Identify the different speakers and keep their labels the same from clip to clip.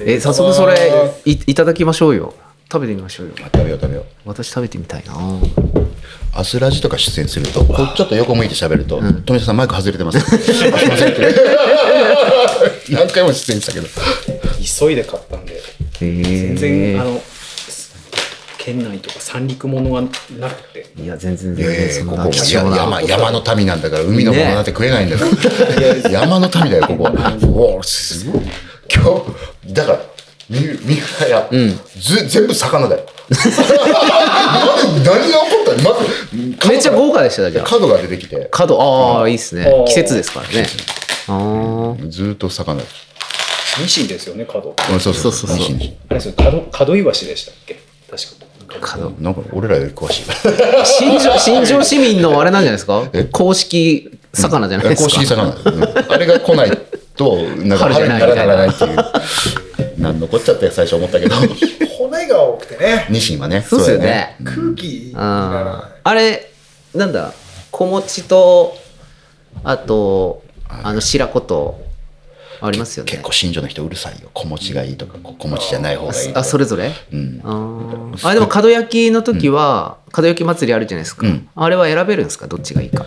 Speaker 1: え早速それいいただきましょうよ食べてみましょうよ
Speaker 2: 食べよう食べよう
Speaker 1: 私食べてみたいな
Speaker 2: アスラジとか出演するとこうちょっと横向いて喋ると、富田さんマイク外れてます 何回も出演したけど
Speaker 3: 急いで買ったんで
Speaker 1: え
Speaker 3: 全
Speaker 1: ー
Speaker 3: 然あの県内とか三陸ものがなくて
Speaker 1: いや全然全然
Speaker 2: ええ
Speaker 1: そん
Speaker 2: ここ
Speaker 1: な
Speaker 2: が
Speaker 1: 貴重な
Speaker 2: 山山の民なんだから海のものなんて食えない んだから、山の民だよここはおおすごい今日だからみみんなや、ず全部魚だよ何何が起こったのまず角
Speaker 1: めっちゃ豪華でしたじゃあ
Speaker 2: 角が出てきて
Speaker 1: 角ああいいっすね
Speaker 3: あー
Speaker 1: 季節ですからねあ
Speaker 2: ずーっと魚だ
Speaker 3: ニシンですよね角
Speaker 2: うんそうそう
Speaker 1: そうそうそう
Speaker 2: 安心
Speaker 3: あれですよ角角イワシでしたっけ確
Speaker 1: あ
Speaker 3: か
Speaker 1: 角
Speaker 2: なんか俺らより詳しい
Speaker 1: 新庄新庄市民のあれなんじゃないですか公式魚じゃないですか
Speaker 2: 公式魚、うんあれが来ないとなんか
Speaker 1: 春じゃな
Speaker 2: 春に
Speaker 1: い
Speaker 2: ならないっていうなんのこっちゃって最初思った けど
Speaker 4: 骨が多くてね
Speaker 2: ニシンはね
Speaker 1: そうですよ
Speaker 2: だ
Speaker 1: ね
Speaker 4: 空気
Speaker 1: うん
Speaker 4: が
Speaker 1: あれなんだ小餅とあとあの白子とありますよね
Speaker 2: 結構新庄の人うるさいよ小持ちがいいとかこ小持ちじゃない方がいい
Speaker 1: あそれぞれ
Speaker 2: うん
Speaker 1: あーあでも門焼きの時は、門焼き祭りあるじゃないですか、
Speaker 2: うん
Speaker 1: あれは選べるんですかどっちがいいか
Speaker 2: い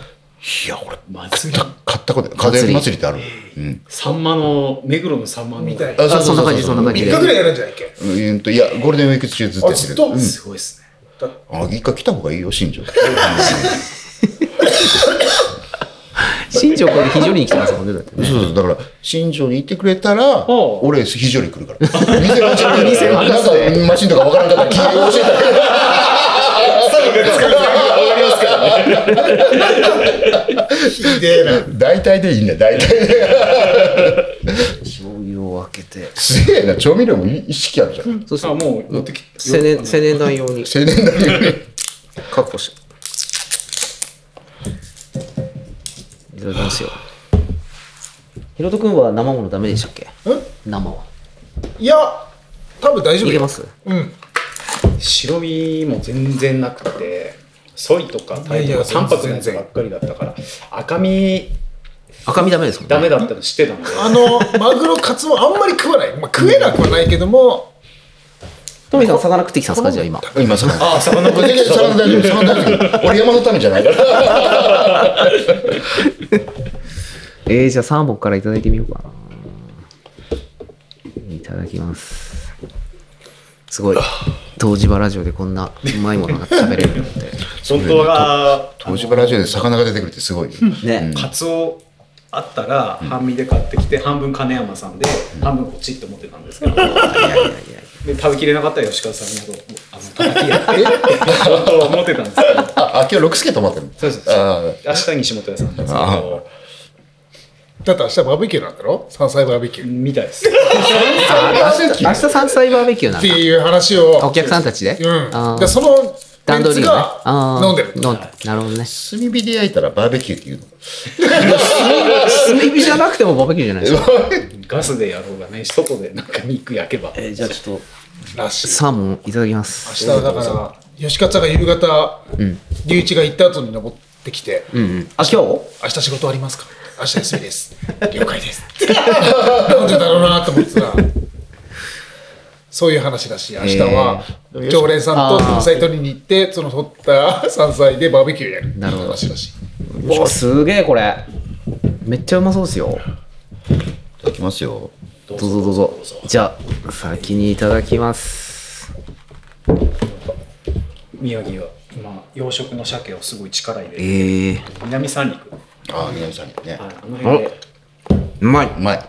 Speaker 2: や俺
Speaker 3: まずい
Speaker 2: 買ったこと風祭祭りってあるうん
Speaker 3: サンマの目黒のサンマの
Speaker 4: みたいな
Speaker 2: あ
Speaker 1: あそんな感じそんな感じ
Speaker 4: 3日ぐらいやるんじゃないっけ
Speaker 2: うんといやゴールデンウィーク中ずっとやって
Speaker 4: あ
Speaker 2: る
Speaker 4: ずっと
Speaker 2: うん
Speaker 3: すごいですね
Speaker 2: あ一回来た方がいいよ 新庄
Speaker 1: 新庄これ非常に来てますもんねだって
Speaker 2: そうそうだから新庄にいてくれたら
Speaker 3: おう
Speaker 2: 俺非常に来るから店の近くに
Speaker 1: 店の
Speaker 2: なんかマシンとかわからんかったら聞いて教えたら
Speaker 4: ひでえな
Speaker 2: 大体でいいんだよ大体で
Speaker 1: 醤油を開けて
Speaker 2: すげえな調味料も意識あるじゃん
Speaker 1: そうそう
Speaker 3: あもう持ってきて
Speaker 1: 青年青年団用に
Speaker 2: 青年だけ
Speaker 1: 確保していただきますよひろとくんは生ものダメでしたっけ生はい
Speaker 4: や多分大丈夫
Speaker 1: 入れます
Speaker 4: うん
Speaker 3: 白身も全然なくてソイとかタイ
Speaker 4: いやい
Speaker 3: と
Speaker 4: や
Speaker 3: か淡白なやつばっかりだったから赤身
Speaker 1: 赤身ダメですもんね
Speaker 3: ダメだったの知ってたので
Speaker 4: あの マグロカツもあんまり食わない、まあ、食えなくはないけども
Speaker 1: トミーさん魚食ってきたんですかじゃあ今
Speaker 2: 今さあ
Speaker 3: あ魚
Speaker 2: 魚大丈夫魚大丈夫俺山の民じゃないから
Speaker 1: えー、じゃあサーモンからいただいてみようかな。いただきます。すごい。東芝ラジオでこんなうまいものが食べれ るなんて。
Speaker 3: 本当は
Speaker 2: 東芝ラジオで魚が出てくるってすごいよ
Speaker 1: ね。
Speaker 3: カツオあったら半身で買ってきて半分金山さんで半分こっちって思ってたんですけどで食べきれなかったら吉川さんにあのたたきやって本当は思ってたんですけど
Speaker 2: ああ今日六助泊まってるの
Speaker 3: そうそうそう
Speaker 2: あ
Speaker 3: 明日に下田さんなんですけど
Speaker 4: だって明日バーベキューなんだろ山菜バーベキューっ
Speaker 3: みたいです
Speaker 1: あ明日明日山菜バーベキューなん
Speaker 4: て
Speaker 1: だ。
Speaker 4: いう話を
Speaker 1: お客さんたちであ
Speaker 4: うん
Speaker 1: ー
Speaker 4: でそのメ
Speaker 1: 段
Speaker 4: ン
Speaker 1: 取
Speaker 4: ツ
Speaker 1: りをね。
Speaker 4: が
Speaker 1: ー
Speaker 4: 飲んでる
Speaker 1: 飲んなるほど ね。
Speaker 2: 炭火で焼いたらバーベキューっていうの
Speaker 1: 炭火じゃなくてもバーベキューじゃないですか。
Speaker 3: ガスでやろうがね外でなんか肉焼けば
Speaker 1: えー、じゃあちょっと。
Speaker 4: らしい
Speaker 1: サーモンいただきます。
Speaker 4: 明日だから吉勝さんが夕方龍一が行った後に登ってきて
Speaker 1: うんうん。あ、今日
Speaker 4: 明日仕事ありますか明日休みです了解ですなんでだろうなと思ってたらそういう話だし明日は常連さんと山菜取りに行ってその取った山菜でバーベキューやるっていう話だし
Speaker 1: うわ、すげえこれ。めっちゃうまそうですよ。
Speaker 2: いただきますよ
Speaker 1: どうぞどうぞ。じゃあ、先にいただきます。
Speaker 3: 宮城は今養殖の鮭をすごい力入れて
Speaker 1: ええ
Speaker 3: 南三陸はい
Speaker 2: あ南さんにね。
Speaker 3: あの辺で
Speaker 1: うまいう
Speaker 2: まい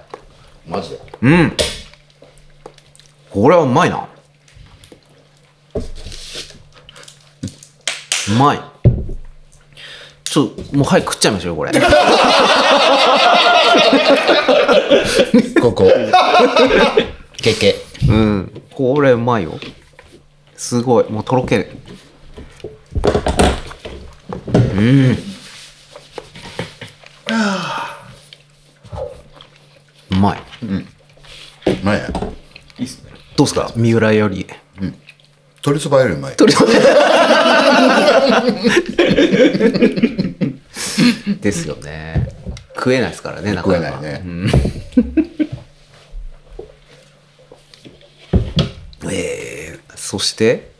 Speaker 2: マジで
Speaker 1: うん。これはうまいな。うまい。ちょっと、もう早く食っちゃいましょうよ、これ。
Speaker 2: こ こけけ
Speaker 1: うん。これうまいよ。すごい。もうとろける。うん。うまい。
Speaker 2: うまいね
Speaker 3: いいっすね
Speaker 1: どうすか三浦より。
Speaker 2: 鶏そばよりうまい
Speaker 1: 取り留めですよね。食えないですからね、なか
Speaker 2: 食え
Speaker 1: なか。
Speaker 2: ないね。
Speaker 1: えー、そして、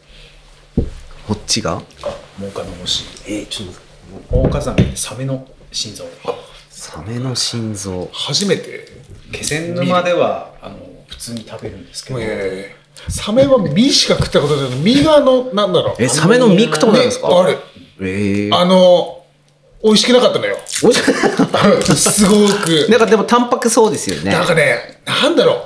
Speaker 1: こっちが
Speaker 3: モカの虫
Speaker 1: えちょっと待って
Speaker 3: オオカザメでサメの心臓
Speaker 1: サメの心臓。
Speaker 4: 初めて、
Speaker 3: 気仙沼ではあの普通に食べるんですけど、
Speaker 4: えー、サメは身しか食ったことないの身があのなんだろう
Speaker 1: え、サメの身食ったことあるんですか
Speaker 4: ねある
Speaker 1: ええー。
Speaker 4: あの美味しくな かったのよ
Speaker 1: おいし
Speaker 4: すごく
Speaker 1: なんかでも、タンパクそうですよね。
Speaker 4: なんかねなんだろ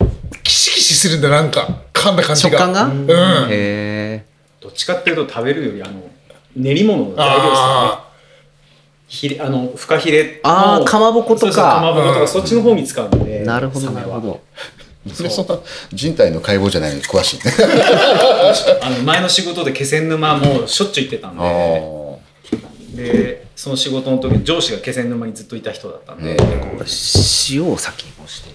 Speaker 4: うキシキシするんだなんか噛んだ感じ
Speaker 1: 食
Speaker 4: が
Speaker 1: 感が
Speaker 4: うん、あ
Speaker 1: へえ。
Speaker 3: どっちかっていうと食べるよりあの練り物の材料ですよね
Speaker 4: あ
Speaker 3: ひれあのフカヒレの
Speaker 1: あーかまぼことか
Speaker 3: そうそうかまぼこと
Speaker 4: う
Speaker 3: か
Speaker 4: ん
Speaker 3: そっちの方に使うんで
Speaker 1: なるほど、
Speaker 3: サメ
Speaker 1: なる
Speaker 3: は
Speaker 1: ほど。
Speaker 2: それそんな人体の解剖じゃないのに詳しいね。
Speaker 3: あの前の仕事で気仙沼もしょっちゅう行ってたんででその仕事の時上司が気仙沼にずっといた人だったんで、
Speaker 1: 塩を先にこうして。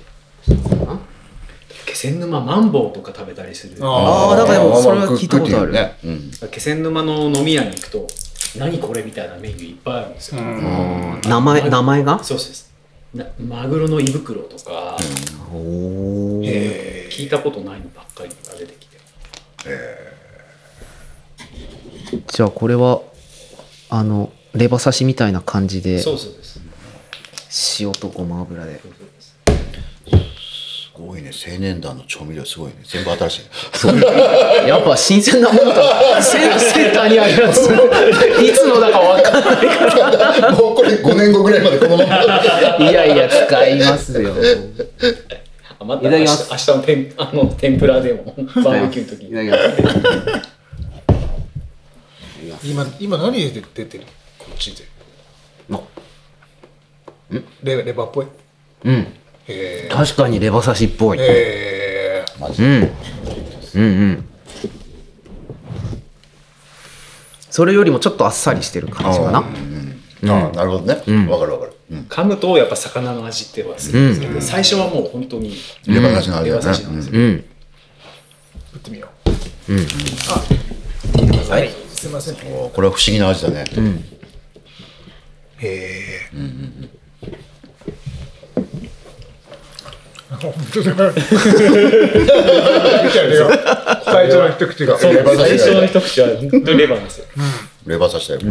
Speaker 3: 気仙沼マンボウとか食べたりする
Speaker 4: あ
Speaker 1: ああ、なんかでも、それは聞いたことある。
Speaker 2: ね。うん。
Speaker 3: 気仙沼の飲み屋に行くと何これみたいなメニューいっぱいあるんですよ、
Speaker 4: うん
Speaker 1: あー名前、名前が
Speaker 3: そうですなマグロの胃袋とか、
Speaker 1: おお。
Speaker 4: え
Speaker 3: 聞いたことないのばっかりが出てきて
Speaker 1: じゃあこれはあのレバ刺しみたいな感じで
Speaker 3: そうそうです
Speaker 1: 塩とごま油で
Speaker 3: そうそうです
Speaker 2: すごいね。青年団の調味料すごいね。全部新しい。
Speaker 1: やっぱ新鮮なものだセンセンターにあるやついつのだかわかんな
Speaker 2: もうこれ5年後ぐらいまでこのまま。
Speaker 1: いいやいや使いますよ
Speaker 3: あまた
Speaker 1: いただきます
Speaker 3: 明日明日の天あの天ぷらでもバーベキューの時
Speaker 1: い
Speaker 3: に
Speaker 1: ただきます
Speaker 4: ー今今何で出てるこっちで
Speaker 1: あ
Speaker 4: レレバーっぽい
Speaker 1: うん
Speaker 4: え
Speaker 1: 確かにレバ刺しっぽい、
Speaker 4: ー、えー、
Speaker 1: うん、うんうんそれよりもちょっとあっさりしてる感じかな
Speaker 2: ああ、なるほどね。わかるわかる。うん。
Speaker 3: 噛むとやっぱ魚の味ってはするんですけど、最初はもう本当に
Speaker 2: レバ刺しの味
Speaker 3: レ
Speaker 2: だ
Speaker 3: バ
Speaker 2: ね
Speaker 3: 刺しなんですよ、
Speaker 1: うん
Speaker 4: 食ってみよううんあはいすいません
Speaker 2: おーこれは不思議な味だね。
Speaker 4: へえ。本 当だ。見てあげよう最初の一口が。
Speaker 2: レバ刺
Speaker 3: 最
Speaker 2: し
Speaker 3: 初
Speaker 2: だ
Speaker 3: の
Speaker 2: よ。
Speaker 3: 一口は本当にレバーなんですよ
Speaker 2: レバ刺しだよ。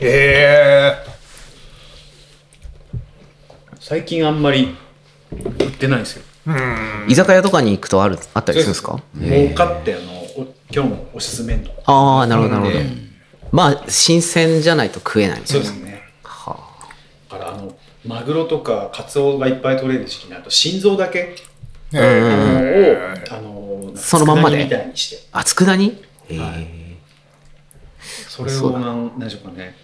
Speaker 4: へえ。
Speaker 3: 最近あんまり売ってないんですよ
Speaker 1: 居酒屋とかに行くとあるあったりするんですか
Speaker 3: 儲かってあのお今日のおすすめの
Speaker 1: ああなるほどなるほど、
Speaker 3: で
Speaker 1: まあ新鮮じゃないと食えないみた
Speaker 3: そ
Speaker 1: いうな
Speaker 3: ですね
Speaker 1: は
Speaker 3: だからあのマグロとかカツオがいっぱい取れる時期になると心臓だけ
Speaker 1: あうんうん
Speaker 3: あの
Speaker 1: そのまんまで
Speaker 3: 佃煮みたいにして
Speaker 1: あ佃煮へえ、
Speaker 3: それ
Speaker 1: そうだ
Speaker 3: をなんなんでしょうかね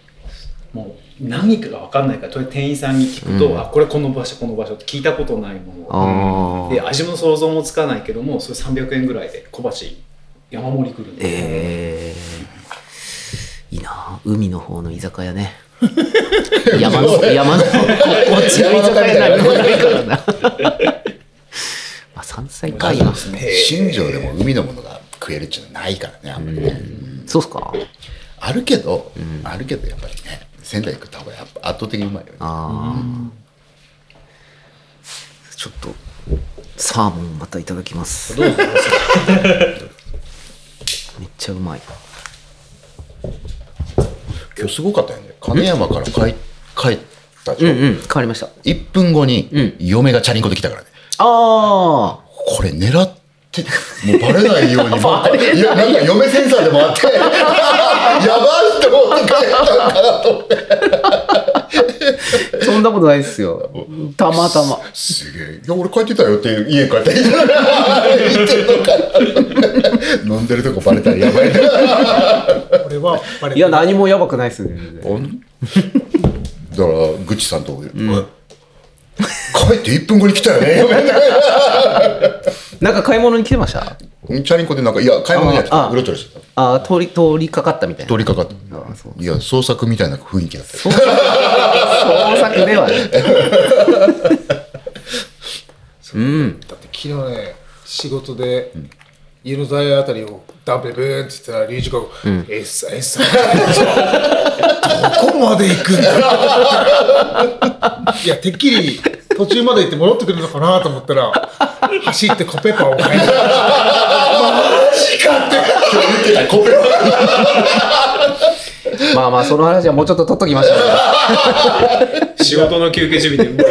Speaker 3: もう何かが分かんないからとりあえず店員さんに聞くと、あこれこの場所この場所って聞いたことないもの
Speaker 1: あ
Speaker 3: を
Speaker 1: あ
Speaker 3: で味も想像もつかないけどもそれ300円ぐらいで小鉢山盛りくるんで、
Speaker 1: ええいいな海の方の居酒屋 ね山の山のここっちの居酒屋なんかないからな まあ山菜か今
Speaker 2: 新庄でも海のものが食えるっていうのはないからね、あんまりね。
Speaker 1: そうっすか
Speaker 2: あるけど、あるけどやっぱりね、仙台食った方がやっぱ圧倒的にうまいよね。
Speaker 1: ああ、ちょっとサーモンまたいただきます
Speaker 3: どうぞ
Speaker 1: めっちゃうまい
Speaker 2: 今日すごかったよね。金山から帰帰った
Speaker 1: う
Speaker 2: じ
Speaker 1: ん
Speaker 2: ゃ。
Speaker 1: うんん変わりました
Speaker 2: 1分後に
Speaker 1: ん
Speaker 2: 嫁がチャリンコで来たからね。
Speaker 1: ああ
Speaker 2: これ狙って、もうバレないよ うに、もういや、なんか嫁センサーでもあ って、やばいと思って帰ったんかなと思って。
Speaker 1: そんなことないですよたまたます
Speaker 2: げえ。いや、俺帰ってたよって家帰って言ったら、 言ってるのかな。飲んでるとこバレたらやばいな。
Speaker 4: これはバレて
Speaker 1: いや何もやばくないですね全然
Speaker 2: ほんだから、ぐちさんと、帰って1分後に来たよね嫁ね。
Speaker 1: なんか買い物に来てました
Speaker 2: チャリンコでなんか、いや、買い物じゃなく
Speaker 1: ああ
Speaker 2: て、うろちょろしてた。
Speaker 1: あー通り通りかかったみたいな
Speaker 2: 通りかかった。いや、創作みたいな雰囲気だったよ。
Speaker 1: 創作ではね
Speaker 4: だって昨日ね仕事で家の材料あたりをダンベルブーンって言ったら、リュウジが、えっさ、えっさ、どこまで行くんだいや、てっきり途中まで行って戻ってくるのかなと思ったら、走ってコペパを買いに行った
Speaker 2: 言ってた、コペは。
Speaker 1: まあまあ、その話はもうちょっと取っときましょう。
Speaker 3: 仕事の休憩準備でもう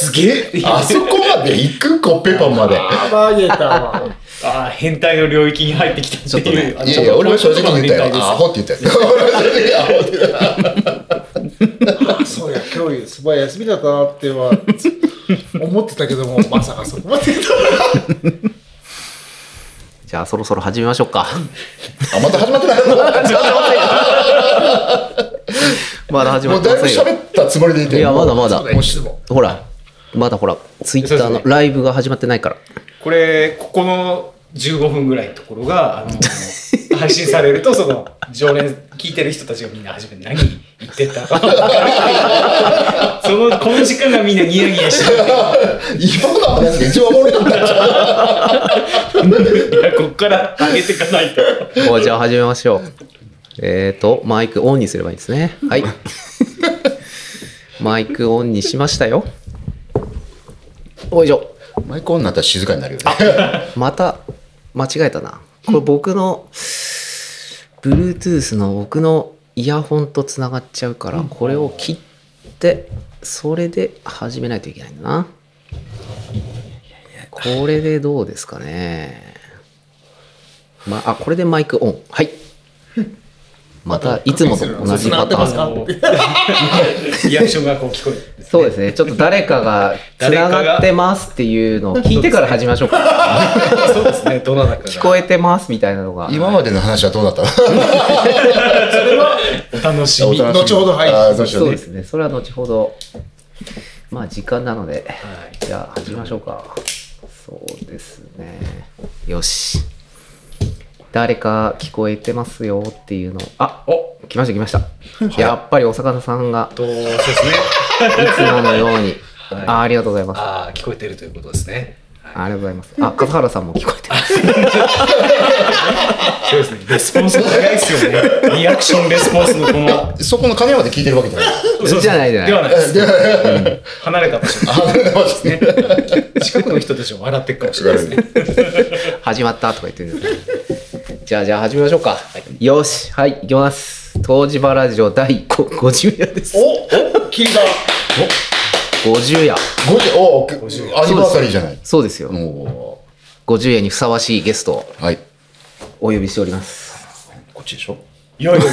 Speaker 2: すげえ。あそこまで行くコペパンまで。
Speaker 4: アバーゲーターは。
Speaker 3: ああ変態の領域に入ってきたっていう
Speaker 1: ちょっとね
Speaker 3: あの
Speaker 2: いやいや、俺は正直に言ったよ。アホって言ったよ。俺は正直アホって言った。
Speaker 4: そうや、今日すごい休みだったなっては思ってたけども、まさかそこまで行った
Speaker 1: じゃあ、そろそろ始めましょうか。
Speaker 2: あ、また始まってない。
Speaker 1: まだ始ま
Speaker 2: も
Speaker 1: っ
Speaker 2: う
Speaker 1: て
Speaker 2: だ
Speaker 1: ま
Speaker 2: いぶ
Speaker 1: せんよ。
Speaker 2: 喋ったつもりでいて。
Speaker 1: いや、まだまだ。
Speaker 4: もしも。
Speaker 1: ほら、まだほら、ツイッター
Speaker 3: そうで
Speaker 1: の
Speaker 3: すね
Speaker 1: ライブが始まってないから。
Speaker 3: これここの15分ぐらいのところがあの配信されるとその常連聞いてる人たちがみんな初めに何言ってたかそのこの時間がみんなニヤニヤしてる
Speaker 2: 今の話が一番おもろかったんちゃう
Speaker 3: いやこっから上げていかないと
Speaker 1: おじゃあ始めましょう。えっ、ー、と、マイクオンにすればいいんですね。 はい。マイクオンにしましたよ。おいしょ。
Speaker 2: マイクオンになったら静かになるよね。
Speaker 1: また間違えたな。これ僕の、Bluetooth の僕のイヤホンとつながっちゃうから、これを切って、それで始めないといけないんだな。これでどうですかね。まあ、これでマイクオン。 はい。また、いつもと同じパター
Speaker 4: あ
Speaker 1: ン。
Speaker 4: そ
Speaker 3: のリアクションがこう聞こえるんです
Speaker 1: そうですね。ちょっと誰かが繋がってますっていうのを聞いてから始めましょう か。
Speaker 3: そうですねどなたかが
Speaker 1: 聞こえてますみたいなのが。
Speaker 2: 今までの話はどうだ ったの
Speaker 3: お楽しみ、
Speaker 4: 楽しみ後ほ どはい
Speaker 2: あーどうしよ
Speaker 1: そううで
Speaker 2: ね。
Speaker 1: すね。それは後ほど。まあ時間なので、
Speaker 3: はい
Speaker 1: じゃあ始めましょうか。そうですね。よし。誰か聞こえてますよっていうのを。あ
Speaker 3: お
Speaker 1: 来ました来ました。 やっぱりお魚さんが
Speaker 3: とそうですね
Speaker 1: いつものように。
Speaker 3: はい
Speaker 1: あありがとうございます。
Speaker 3: ああ聞こえてるということですね
Speaker 1: ありがとうございます。あ、笠原さんも聞こえてます。
Speaker 3: そうですねレスポンスも早いですよねリアクションレスポンスのこの
Speaker 2: そこの金まで聞いてるわけじゃない。
Speaker 1: じゃないじゃない
Speaker 3: ではないです、 離れた場所
Speaker 2: あ
Speaker 3: ね、 近くの人たちも笑ってるかもしれないです ね。
Speaker 1: 始まったとか言ってるんですじゃあじゃあ始めましょうか。よし。はい、行きます。東芝ラジオ第5 50夜です。
Speaker 2: お、お、聞いた。
Speaker 1: 50夜。
Speaker 2: 五十、お、アニバーサリーじゃない。
Speaker 1: そうですよ。
Speaker 2: お
Speaker 1: 50円にふさわしいゲストを
Speaker 2: ーはい。
Speaker 1: お呼びしております。
Speaker 2: こっちでしょ。
Speaker 3: い やいやいや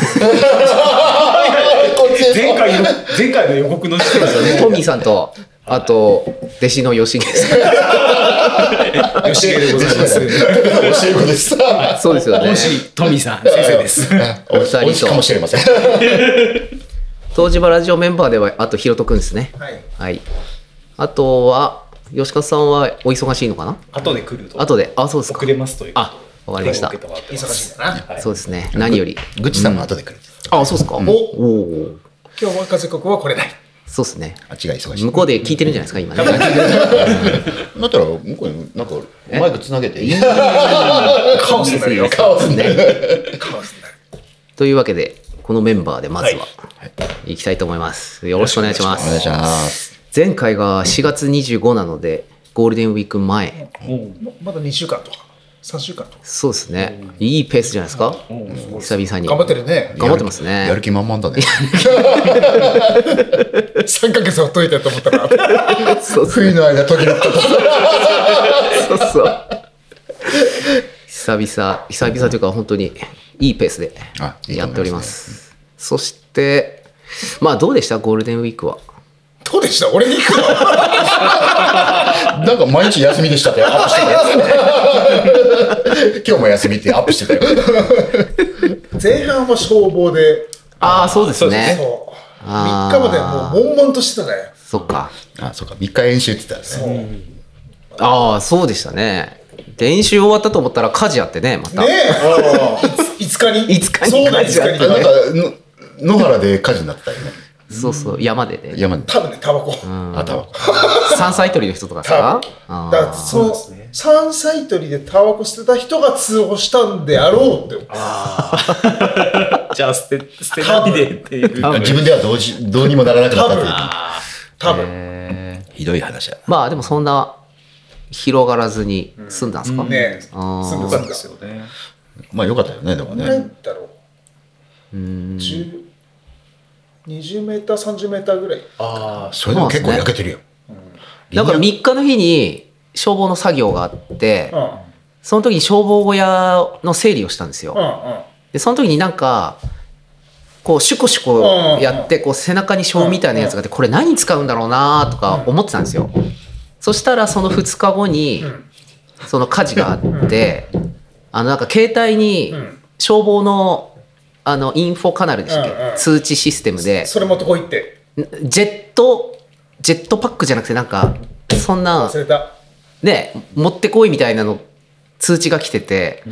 Speaker 2: こっちで
Speaker 3: 前回の、前回の予告の時点で、
Speaker 1: トミーさんと、あと、弟子の吉毛さ
Speaker 3: 吉木でございます。
Speaker 2: 教え子です。
Speaker 1: ん。 そうですよね
Speaker 3: も。し、トミーさん、先生です。
Speaker 2: お二人と。かもしれません。
Speaker 1: 東芝ラジオメンバーでは、あと、ひろとくんですね。
Speaker 4: はい。
Speaker 1: はい。あとは、吉川さんはお忙しいのかな
Speaker 3: 後で来ると。
Speaker 1: 後で、あ、そうですか
Speaker 3: 遅。れますという。
Speaker 1: あ、わかりました
Speaker 3: 手を。受けわけです
Speaker 4: 忙しいんだな。
Speaker 1: そうですね。何より。
Speaker 2: ぐちさんも後で来る。
Speaker 1: あ、そうですか。おおー。
Speaker 4: 今日は風国はこれだ。
Speaker 1: そうですね。
Speaker 2: あっちが忙しい。
Speaker 1: 向こうで聞いてるんじゃないですか、今ね。
Speaker 2: だったら、向こうになんか、マイクつなげて。
Speaker 4: カオスになるよ。
Speaker 2: カオスね。
Speaker 4: カオスになる。
Speaker 1: というわけで、このメンバーでまずは、いきたいと思います。よろしくお願いします。
Speaker 2: お願いします。
Speaker 1: 前回が4月25なのでゴールデンウィーク前
Speaker 3: うん
Speaker 4: ままだ2週間とか、3週間とか。
Speaker 1: そうですねいいペースじゃないですか
Speaker 3: うんすごい
Speaker 1: 久々に
Speaker 4: 頑張ってるね。
Speaker 1: 頑張ってますね
Speaker 2: やる気満々だね。
Speaker 4: 3ヶ月ほっといたと思ったから。
Speaker 1: そうそう
Speaker 2: 冬の間、途切れた。
Speaker 1: そうそう久々久々というか本当にいいペースで
Speaker 2: あいいと
Speaker 1: やっ
Speaker 2: 思います
Speaker 1: ておりますそしてまあどうでしたゴールデンウィークは
Speaker 4: どうでした俺に行くの
Speaker 2: なんか毎日休みでしたってアップしてたよ。今日も休みってアップしてたよ。
Speaker 4: 前半は消防で、
Speaker 1: ああそうですね
Speaker 4: そう。
Speaker 1: あ
Speaker 4: 3
Speaker 1: ー
Speaker 4: 日までもう悶々としてたね。
Speaker 1: そっか
Speaker 2: あ、そうか。3日演習って言ってたよね。
Speaker 1: ああそうでしたね練習終わったと思ったら火事やってねまた
Speaker 4: ねえいつ !5 日に
Speaker 1: 5日に
Speaker 4: そうだ、5日
Speaker 1: 火事あっ
Speaker 4: に
Speaker 1: た
Speaker 2: あなんかの野原で火事になってたよね。
Speaker 1: そうそう、山でね。
Speaker 2: 山で。
Speaker 4: 多分ね、タバコ。
Speaker 2: あ、タバコ。
Speaker 1: 山菜取りの人とかさ
Speaker 4: 多分。
Speaker 1: あ
Speaker 4: だから
Speaker 1: ー
Speaker 4: その
Speaker 3: そうですね
Speaker 4: 山菜採りでタバコ捨てた人が通報したんであろうって思う
Speaker 3: じゃあ捨て、捨てないでっていう。
Speaker 1: 多分
Speaker 2: 自分ではどうし、どうにもならなくなったという。
Speaker 4: 多分、
Speaker 1: へー
Speaker 2: ひどい話だな。
Speaker 1: まあでもそんな広がらずに済んだんすか、
Speaker 3: うん
Speaker 4: ねえ
Speaker 1: あー
Speaker 4: 住ん
Speaker 3: そ
Speaker 4: でた
Speaker 3: うんで
Speaker 4: ですす
Speaker 3: よ
Speaker 4: よ
Speaker 3: ね。
Speaker 2: まあよかったよね、でも
Speaker 4: 何メ
Speaker 2: ね。
Speaker 4: ーだろ
Speaker 1: うん
Speaker 4: う10 20メーター30メーターぐらい
Speaker 3: ああ、
Speaker 2: それでも結構焼けてるよ。
Speaker 1: なんか3日の日に消防の作業があって、
Speaker 4: うんうん
Speaker 1: その時に消防小屋の整理をしたんですよ。
Speaker 4: うん
Speaker 1: で、その時になんか、こう、シュコシュコやって、こう、背中に小みたいなやつがあって、これ何に使うんだろうなとか思ってたんですよ。そしたら、その2日後に、その火事があって、あの、なんか携帯に
Speaker 4: うん、
Speaker 1: 消防の、あの、インフォカナルでしたっ
Speaker 4: うんう
Speaker 1: け
Speaker 4: ん
Speaker 1: 通知システムで、
Speaker 4: それもとこ行って
Speaker 1: ジェット、ジェットパックじゃなくて、なんか、そんな
Speaker 4: 忘、れた
Speaker 1: ね、持ってこいみたいなの通知が来てて、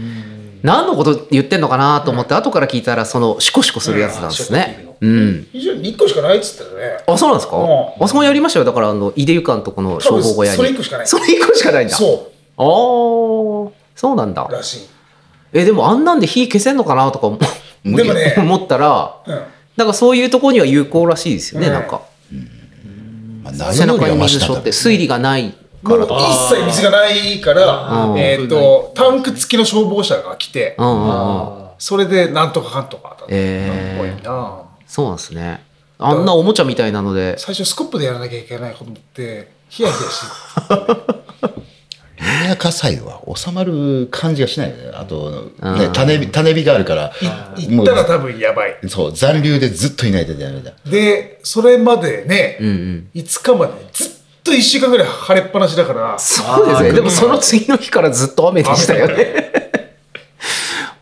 Speaker 1: 何のこと言ってんのかなと思って、後から聞いたら、その、シコシコするやつなんですね。うん。
Speaker 4: 非常に1個しかないっつってたね
Speaker 1: あ、そうなんですか
Speaker 4: う
Speaker 1: あそこにありましたよ。だから、あの、井出ゆかんとこの消防小屋に。
Speaker 4: 多分それ一個しかない
Speaker 1: それ一個しかないんだ。う。
Speaker 4: そ
Speaker 1: あーそうなんだ
Speaker 4: う。らしい
Speaker 1: え、でもあんなんで火消せんのかなとか思
Speaker 4: でもね
Speaker 1: 思ったら、
Speaker 4: うん
Speaker 1: なんかそういうところには有効らしいですよね、
Speaker 4: うん
Speaker 1: なんか。
Speaker 2: まあ、内
Speaker 1: 背
Speaker 2: 容
Speaker 1: 中
Speaker 2: 量
Speaker 1: に
Speaker 2: ま
Speaker 1: 水
Speaker 2: し
Speaker 1: しょ
Speaker 2: た
Speaker 1: って、推理がない
Speaker 4: も
Speaker 1: から
Speaker 4: う
Speaker 1: と。
Speaker 4: 一切水がないから
Speaker 1: う、ん
Speaker 4: えっ、と、タンク付きの消防車が来て、
Speaker 1: うんうんうん。
Speaker 3: あ
Speaker 4: それでなんとかかんとかだった。
Speaker 1: え
Speaker 4: 怖
Speaker 1: ー
Speaker 4: いな
Speaker 1: そうなんですね。あんなおもちゃみたいなので、
Speaker 4: 最初スコップでやらなきゃいけないことって、ヒヤヒヤし、
Speaker 2: リニア火災は収まる感じがしないよね。あと、
Speaker 1: う
Speaker 2: ね
Speaker 1: ん、
Speaker 2: 種火、種火があるから、
Speaker 4: 行ったら多分やばい。
Speaker 2: そう、残留でずっといないとダメだ。
Speaker 4: で、それまでね、
Speaker 1: うんうん。
Speaker 4: 5日までずっと1週間ぐらい晴れっぱなしだから、
Speaker 1: そうです
Speaker 3: あ
Speaker 1: ね。
Speaker 3: ー
Speaker 1: でもその次の日からずっと雨でしたよね。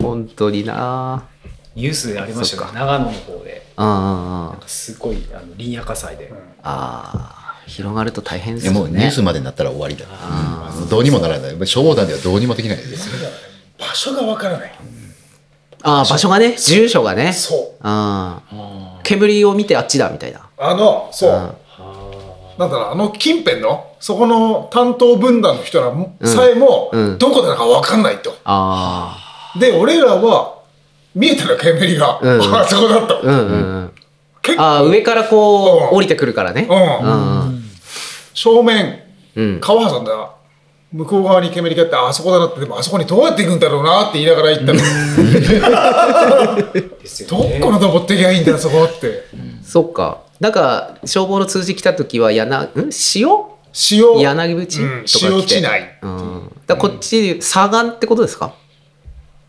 Speaker 1: 本当にな
Speaker 3: ーニュースでありましたよね。長野の方で。
Speaker 1: ああ
Speaker 3: すごい、あの、林野火災で。
Speaker 1: ああー広がると大変で
Speaker 2: い
Speaker 1: す
Speaker 2: や
Speaker 1: よね。
Speaker 2: もうニュースまでになったら終わりだ。うんどうにもならない。消防団ではどうにもできないですよ。
Speaker 4: 場所がわからない。
Speaker 1: ああ場所がね、住所がね。
Speaker 4: そう。
Speaker 1: ああ煙を見てあっちだみたいな。
Speaker 4: あの、そう。
Speaker 1: うん
Speaker 4: なんだろう、あの近辺の、そこの担当分団の人らもさえも、
Speaker 1: うん
Speaker 4: どこだかわかんないと。
Speaker 1: あ
Speaker 4: で、俺らは、見えたら煙が、
Speaker 1: うんうん
Speaker 4: あそこだった。
Speaker 1: あうんうんうん。
Speaker 4: 結構、
Speaker 1: ああ上からこう
Speaker 4: う
Speaker 1: ん降りてくるからね。
Speaker 4: うん
Speaker 1: うん
Speaker 4: 正面、
Speaker 1: うん。
Speaker 4: 川挟んだ向こう側に煙があって、あそこだなって、でもあそこにどうやって行くんだろうなって言いながら行ったの。
Speaker 3: ですよね。
Speaker 4: どっから登ってきゃいいんだよ、そこって。
Speaker 1: そっか。なんか消防の通知来た時はやな、ん塩？
Speaker 4: 塩、
Speaker 1: 柳淵、
Speaker 4: うん
Speaker 1: とか来て
Speaker 4: 塩地内。
Speaker 1: うん、だからこっち左岸ってことですか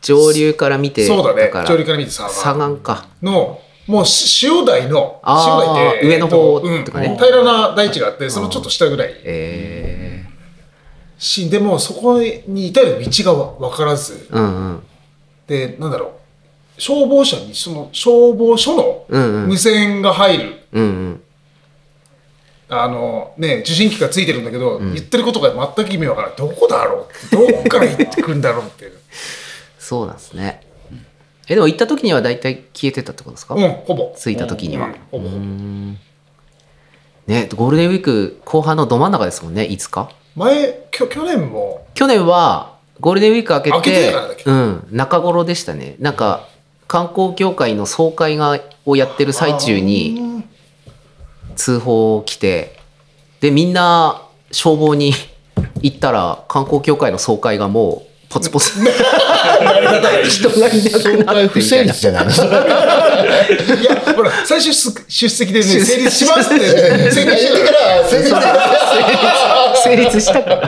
Speaker 1: 上流から見て
Speaker 4: そうだね
Speaker 1: から。
Speaker 4: 上流から見てさ、
Speaker 1: 左岸か
Speaker 4: の、もうし塩台の、塩
Speaker 1: あー
Speaker 4: 台って、
Speaker 1: 上の方
Speaker 4: えっ
Speaker 1: とかね
Speaker 4: うん平らな大地があって、そのちょっと下ぐらい。
Speaker 1: え
Speaker 4: し、でもそこに至る道がわ分からず
Speaker 1: ー、、うんうん
Speaker 4: で、なんだろう、消防車に、その消防署
Speaker 1: うんう
Speaker 4: の
Speaker 1: ん
Speaker 4: 無線が入る、
Speaker 1: うんうん
Speaker 4: あのね、受信機がついてるんだけど、言ってることが全く意味わからない。どこだろうどこから行ってくんだろうって いう。
Speaker 1: そうなんですねえでも行った時には大体消えてたってことですか、
Speaker 4: うん、ほぼ。
Speaker 1: 着いた時には、
Speaker 4: うんほぼほぼ
Speaker 1: ねゴールデンウィーク後半のど真ん中ですもんねいつか
Speaker 4: 前、きょ去年も、
Speaker 1: 去年はゴールデンウィーク明けて
Speaker 4: 明けてからだっけ
Speaker 1: うん、中頃でしたねなんか観光協会の総会がをやってる最中に通報来てでみんな消防に 行ったら観光協会の総会がもうポツ ポツ人がいなく
Speaker 2: 今
Speaker 1: な
Speaker 2: 回
Speaker 1: って
Speaker 2: 不
Speaker 1: みた
Speaker 2: 成
Speaker 1: いな
Speaker 2: 立じゃない
Speaker 4: いや、ほら、最初出出席でね、成立しま すって、宣言して
Speaker 2: だから、成立
Speaker 1: 成立したから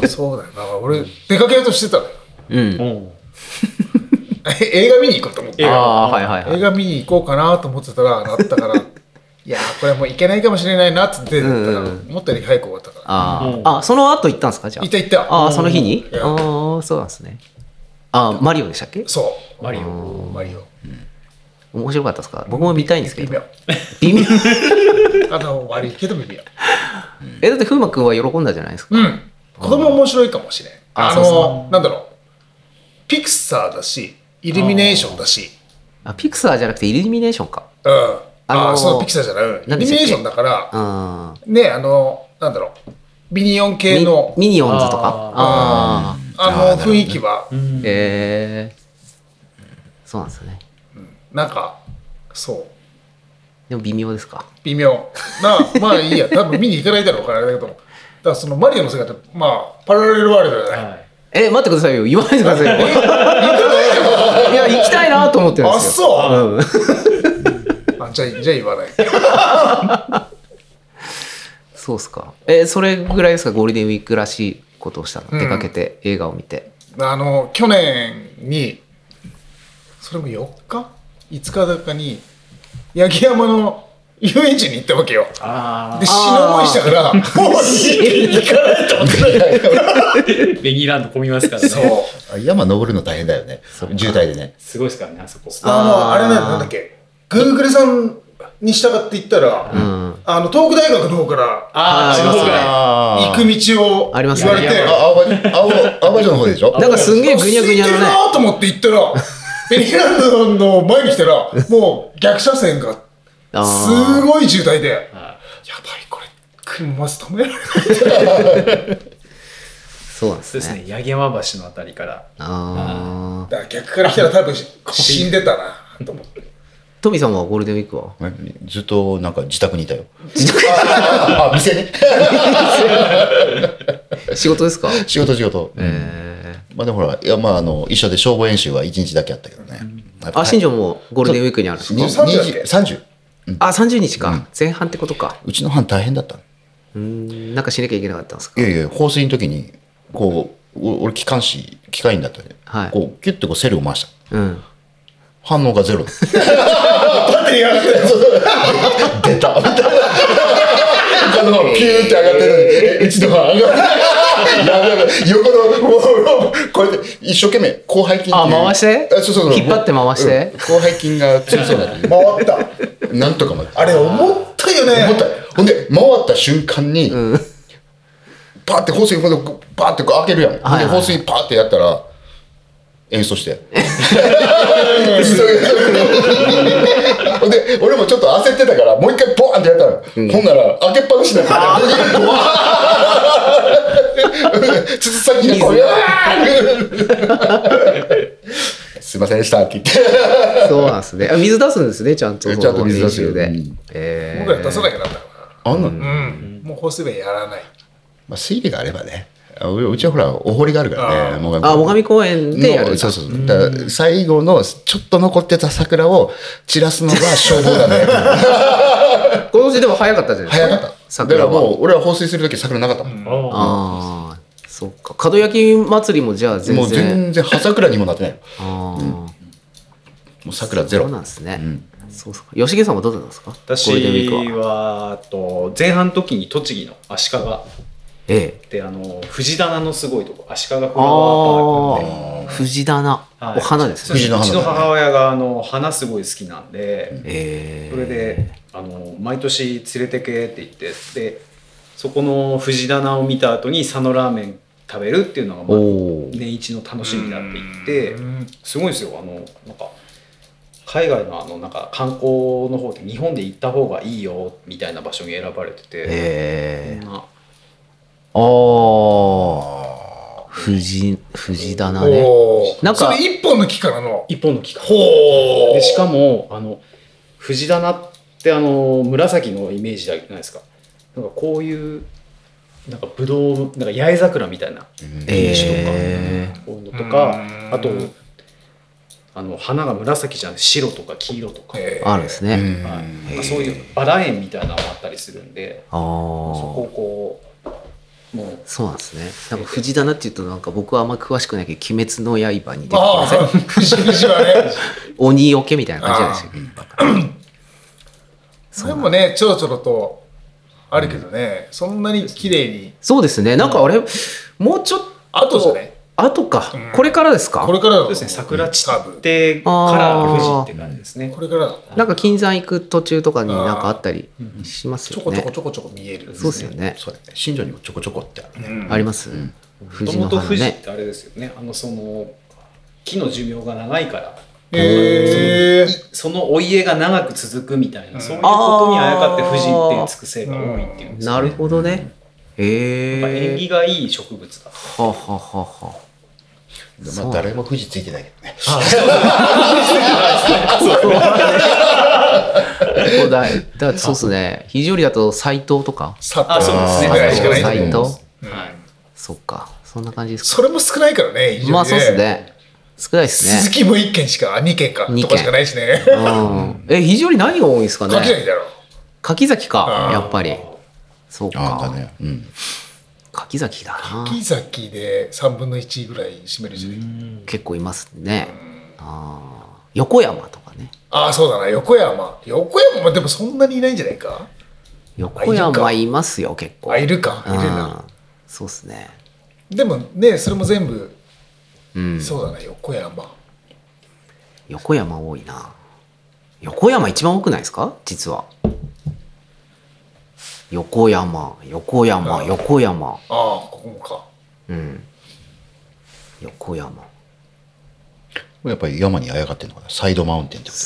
Speaker 4: たそうだよな。俺、出かけようとしてたのよ。
Speaker 1: うん
Speaker 3: うん
Speaker 4: 映画見に行こうと思って。
Speaker 1: あ あはいはいは
Speaker 4: 映
Speaker 1: い
Speaker 4: 画見に行こうかなと思ってたらなっ たからいやーこれはもう行けないかもしれないなっつって
Speaker 1: んうん
Speaker 4: だから思ったより早く終わったから
Speaker 1: あ
Speaker 3: うん
Speaker 1: ああその後行ったんですかじゃあ
Speaker 4: 行った行った
Speaker 1: ああその日に
Speaker 4: うん
Speaker 1: ああそうなんですねああマリオでしたっけ
Speaker 4: そう
Speaker 3: マリオ。
Speaker 4: マリオ
Speaker 1: 面白かったですか僕も見たいんですけ
Speaker 4: 微
Speaker 1: ど
Speaker 4: 妙
Speaker 1: 微妙
Speaker 4: あの悪いけど微妙
Speaker 1: えだって風磨君は喜んだじゃないですか
Speaker 4: うん子供面白いかもしれん
Speaker 1: あ
Speaker 4: あ
Speaker 1: そうそ
Speaker 4: のなんだろうピクサーだしイルミネーションだし
Speaker 1: あ、ピクサーじゃなくてイルミネーションか。
Speaker 4: うん。あ
Speaker 1: あのー
Speaker 4: そう、ピクサーじゃない。うんイル
Speaker 1: 何で
Speaker 4: ミ
Speaker 1: したっけ
Speaker 4: ネーションだから、
Speaker 1: うん。
Speaker 4: ね、あの、なんだろう、ミニオン系
Speaker 1: ミ
Speaker 4: の、
Speaker 1: ミニオンズとかあ
Speaker 4: あ
Speaker 1: あ
Speaker 4: の雰囲気は、
Speaker 1: ー。へえそうなんですね。
Speaker 4: なんか、そう、
Speaker 1: でも微妙ですか。
Speaker 4: 微妙な、まあ いいや、多分見に行かないだろうからあれだけど、だからそのマリオの世界って、まあ、パラレルワールドじゃない。
Speaker 3: はい
Speaker 1: え、待ってくださいよ。言わないでくださ いよ。いや、行きたいなと思ってるん
Speaker 4: あ、
Speaker 1: ですよ。
Speaker 4: そう
Speaker 1: うん。
Speaker 4: あじゃあ、じゃあ言わない。
Speaker 1: そうっすか。え、それぐらいですか、ゴールデンウィークらしいことをしたの。出かけて、映画を見て。
Speaker 4: あの、去年に、それも4日 ?5 日だかに、八木山の遊園地に行ったわけよ。
Speaker 3: あ
Speaker 4: で、死ぬ思いし たから、もう行かないと思ってない
Speaker 3: ーベニーランド混みますからね。
Speaker 4: そう。
Speaker 2: あ山登るの大変だよね。
Speaker 1: っか
Speaker 2: 渋滞でね。
Speaker 3: すごいですからね、あそこ。
Speaker 4: あの、
Speaker 1: あー
Speaker 4: あれね、なんだっけ、グーグルさんに従って行ったら、
Speaker 1: ん
Speaker 4: あの、東北大学の方から
Speaker 3: あ
Speaker 1: あ
Speaker 3: あ、
Speaker 1: ー
Speaker 3: 地方が。
Speaker 2: あ
Speaker 4: 行く道を
Speaker 1: あり
Speaker 4: 言
Speaker 1: ますね
Speaker 4: われて、
Speaker 2: あ青葉青青葉城の方でしょ
Speaker 1: なんかすんげえぐにゃぐにゃの
Speaker 4: 空
Speaker 1: ね
Speaker 4: いてるな。ーと思って行ったら、ベニランドの前に来たら、もう逆車線がす
Speaker 1: あー
Speaker 4: ごい渋滞で、やば、
Speaker 3: はい
Speaker 4: これ、車止められない。
Speaker 1: そうなんで
Speaker 3: そうですす
Speaker 1: ね。
Speaker 3: ね、八木山橋のあたりから。
Speaker 1: ああ。
Speaker 4: だから逆から来たら多分死んでたなと思って。
Speaker 1: トミーさんはゴールデンウィークは
Speaker 2: ずっとなんか自宅にいたよ。あ、あ店 ね。
Speaker 1: 仕事ですか
Speaker 2: 仕事仕事。
Speaker 1: え
Speaker 2: まあでもほら、いやまああの、一緒で消防演習は一日だけあったけどね。
Speaker 1: ー、あ、新庄もゴールデンウィークにあるんですか
Speaker 2: に
Speaker 4: 30だっけ
Speaker 2: 20 30。
Speaker 1: あ、30日か。前半ってことか。
Speaker 2: うちの班大変だったの。
Speaker 1: うーん、なんかしなきゃいけなかったんですか
Speaker 2: いやいや、放水の時に、こう、お俺機関士、機械員だったんで、
Speaker 1: はい
Speaker 2: こう、キュッてこうセルを回した。
Speaker 1: うん。
Speaker 2: 反応がゼロ。
Speaker 4: だってやがって、
Speaker 2: 出たみたいな。他の方ピューって上がってるのに、えうちの班上がって ない。やばいやばい横の、もうもう、これで一生懸命、広背筋
Speaker 1: あ回して
Speaker 2: あそうそうそう
Speaker 1: 引っ張って回して
Speaker 2: うん広背筋が強そうなんで、
Speaker 4: 回った。
Speaker 2: なんとかまで。
Speaker 4: あれ思ったよね。
Speaker 2: 思ったほんで回った瞬間に、
Speaker 1: うん。
Speaker 2: パーって放水ほんでこうパーってこう開けるやん、
Speaker 1: はいはい
Speaker 2: ほんで放水パーってやったら演奏して ほんで俺もちょっと焦ってたからもう一回ボーンってやったの、ほんなら開けっぱなしだ からつつ先がこううわー すいませんでしたって言って
Speaker 1: そうなんですね。あ水出すんですね、ちゃんと。
Speaker 2: ちゃんと水出すよ
Speaker 1: その練
Speaker 2: う
Speaker 1: 習で
Speaker 2: ん。
Speaker 1: え
Speaker 4: 僕ら出
Speaker 1: ー
Speaker 4: さなきゃなんだろ
Speaker 2: あんな
Speaker 4: うな。うん。もう放水弁やらない。
Speaker 2: まあ、推理があればねあううちはほらお堀があるからね
Speaker 4: あー
Speaker 2: 最上公園
Speaker 1: あ、最上公園でやるんだ
Speaker 2: そうそうそうだから最後のちょっと残ってた桜を散らすのが消防だね
Speaker 1: 今年でも早かったじゃないです
Speaker 2: 早
Speaker 1: か。
Speaker 2: かった
Speaker 1: 桜
Speaker 2: だからも
Speaker 1: は。
Speaker 2: う俺は放水する時桜なかったもん、
Speaker 3: あ
Speaker 1: ああ、そっか。門焼き祭りもじゃあ全然。
Speaker 2: もう全然葉桜にもなってない
Speaker 1: ああ、
Speaker 2: もう桜ゼロ
Speaker 1: そうなんですね。
Speaker 2: うん
Speaker 1: そうそう。吉木さんはどうだったんですか
Speaker 3: 私
Speaker 1: ゴールデンウィークは。
Speaker 3: は、と前半の時に栃木の足利
Speaker 1: え
Speaker 3: であの藤棚のすごいとこ足利フラワ
Speaker 1: え。あ
Speaker 3: ーパークなんで
Speaker 1: あ、藤棚。
Speaker 3: はい
Speaker 1: お花です
Speaker 2: 藤
Speaker 1: ね。
Speaker 2: 藤の花
Speaker 3: うちの母親があの花すごい好きなんで、
Speaker 1: ええ。
Speaker 3: それであの毎年連れてけって言ってでそこの藤棚を見た後に佐野ラーメン食べるっていうのが、まあ
Speaker 1: おお。
Speaker 3: 年一の楽しみだって言って
Speaker 4: うん
Speaker 3: すごいですよあのなんか海外のあのなんか観光の方で日本で行った方がいいよみたいな場所に選ばれてて、
Speaker 1: ええ。
Speaker 3: そんな
Speaker 1: ああ。藤、藤棚ね。
Speaker 4: おー
Speaker 1: なんか
Speaker 4: それ一本の木からの。
Speaker 3: 一本の木か
Speaker 4: ほ
Speaker 3: でしかも
Speaker 4: も、
Speaker 3: あの藤棚ってあの紫のイメージじゃないですかなんかこういうなんかブドウなんか八重桜みたいな品種
Speaker 1: え
Speaker 3: とか、こういうのと
Speaker 4: う
Speaker 3: か
Speaker 4: ん
Speaker 3: あとあの花が紫じゃなくて白とか黄色とか、
Speaker 1: え。あるんです
Speaker 2: う
Speaker 1: ね。
Speaker 2: ん
Speaker 3: はいなんかそういうバラ園みたいなのもあったりするんで
Speaker 1: あ
Speaker 3: そこ
Speaker 1: あ。
Speaker 3: をこうもう
Speaker 1: そうなんですね。なんか藤棚って言うと、なんか僕はあんま詳しくないけど、鬼滅の刃に出てくる
Speaker 4: ああ、くじくじは ね。
Speaker 1: 鬼よけみたいな感じじゃないですか。
Speaker 4: それもね、ちょろちょろとあるけどね、そんなに綺麗に。
Speaker 1: そうですね。なんかあれ、もうちょっと。
Speaker 4: 後じゃない
Speaker 1: 後か
Speaker 4: うん。
Speaker 1: これからですか
Speaker 4: これからだ
Speaker 3: そう
Speaker 4: と
Speaker 3: ですね桜散
Speaker 4: 多分
Speaker 3: ってから富士って感じですね
Speaker 4: これからだと
Speaker 1: なんか金山行く途中とかになんかあったりします
Speaker 4: ちょ
Speaker 1: よ
Speaker 4: こちょ
Speaker 1: ね
Speaker 4: こ。ちょこちょこ見える。
Speaker 1: そうですよね。
Speaker 2: そうだね新庄にもちょこちょこってあるね、
Speaker 1: あります。
Speaker 3: もと
Speaker 1: 藤
Speaker 3: も
Speaker 1: の
Speaker 3: と
Speaker 1: 花
Speaker 3: 富士っ
Speaker 1: ね。
Speaker 3: てあれですよねあのその木の寿命が長いから
Speaker 4: へえー。
Speaker 3: そのお家が長く続くみたいな、そういうことにあやかって富士ってつく性が多いっていうんですよ
Speaker 1: なるほどね。へえ
Speaker 3: やっぱ縁
Speaker 1: ー。
Speaker 3: 起がいい植物だった
Speaker 1: はあ、はあはあは
Speaker 2: まあ、誰も富士ついてないけどね。
Speaker 1: あ、こうだだそうっすね。非常にだと斎藤とか。
Speaker 4: さっ
Speaker 3: あそうですね
Speaker 4: ぐらいしかない
Speaker 1: 斎藤
Speaker 3: はい
Speaker 1: そっか。そんな感じですか。
Speaker 4: それも少ないからね、非常に
Speaker 1: まあそうっす。ね。少ないっすね。
Speaker 4: 鈴木も1件しか、2件か、
Speaker 1: 二軒
Speaker 4: とかしかないしね。
Speaker 1: うんえ、非常に何が多いんですか
Speaker 4: 書きない
Speaker 1: ね。
Speaker 4: だろ。
Speaker 1: 柿崎か
Speaker 4: う、ん
Speaker 1: やっぱり。そう
Speaker 2: ああ、だ
Speaker 1: か。
Speaker 2: ね。うん。
Speaker 1: 柿崎だな。
Speaker 4: 木崎で3分の1ぐらい占めるじゃない。
Speaker 1: 結構いますね。あー横山とかね。
Speaker 4: ああ、そうだな、横山。横山もでもそんなにいないんじゃないか
Speaker 1: 横山いますよ、結構。
Speaker 4: あ、いるか。いるな。
Speaker 1: うんそうっすね。
Speaker 4: でもね、それも全部、
Speaker 1: うん。
Speaker 4: そうだな、横山。
Speaker 1: 横山多いな。横山一番多くないですか実は。横山、横山、横山。
Speaker 4: ああ、ここもか。
Speaker 1: うん。横山。
Speaker 2: やっぱり山にあやかってんのかな。サイドマウンテンってこ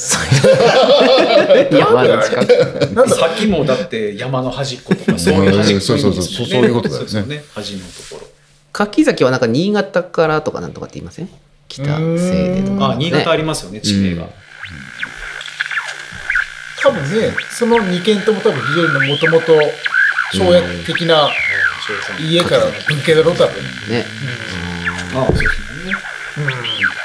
Speaker 2: と
Speaker 1: 山の近く。
Speaker 4: なんだ
Speaker 3: さっきもだって山の端っことかそういう端っこ
Speaker 2: そうそうそうそうそういうことだよね
Speaker 3: そうですね端のところ
Speaker 1: 柿崎はなんか新潟からとかなんとかって言いません北西でとか。
Speaker 3: あ新潟ありますよね地名が、
Speaker 4: 多分ね、その2件とも多分非常にもともと、跳躍的な家からの文系だろ、多分。
Speaker 1: ね。
Speaker 3: あそうですね
Speaker 4: うん。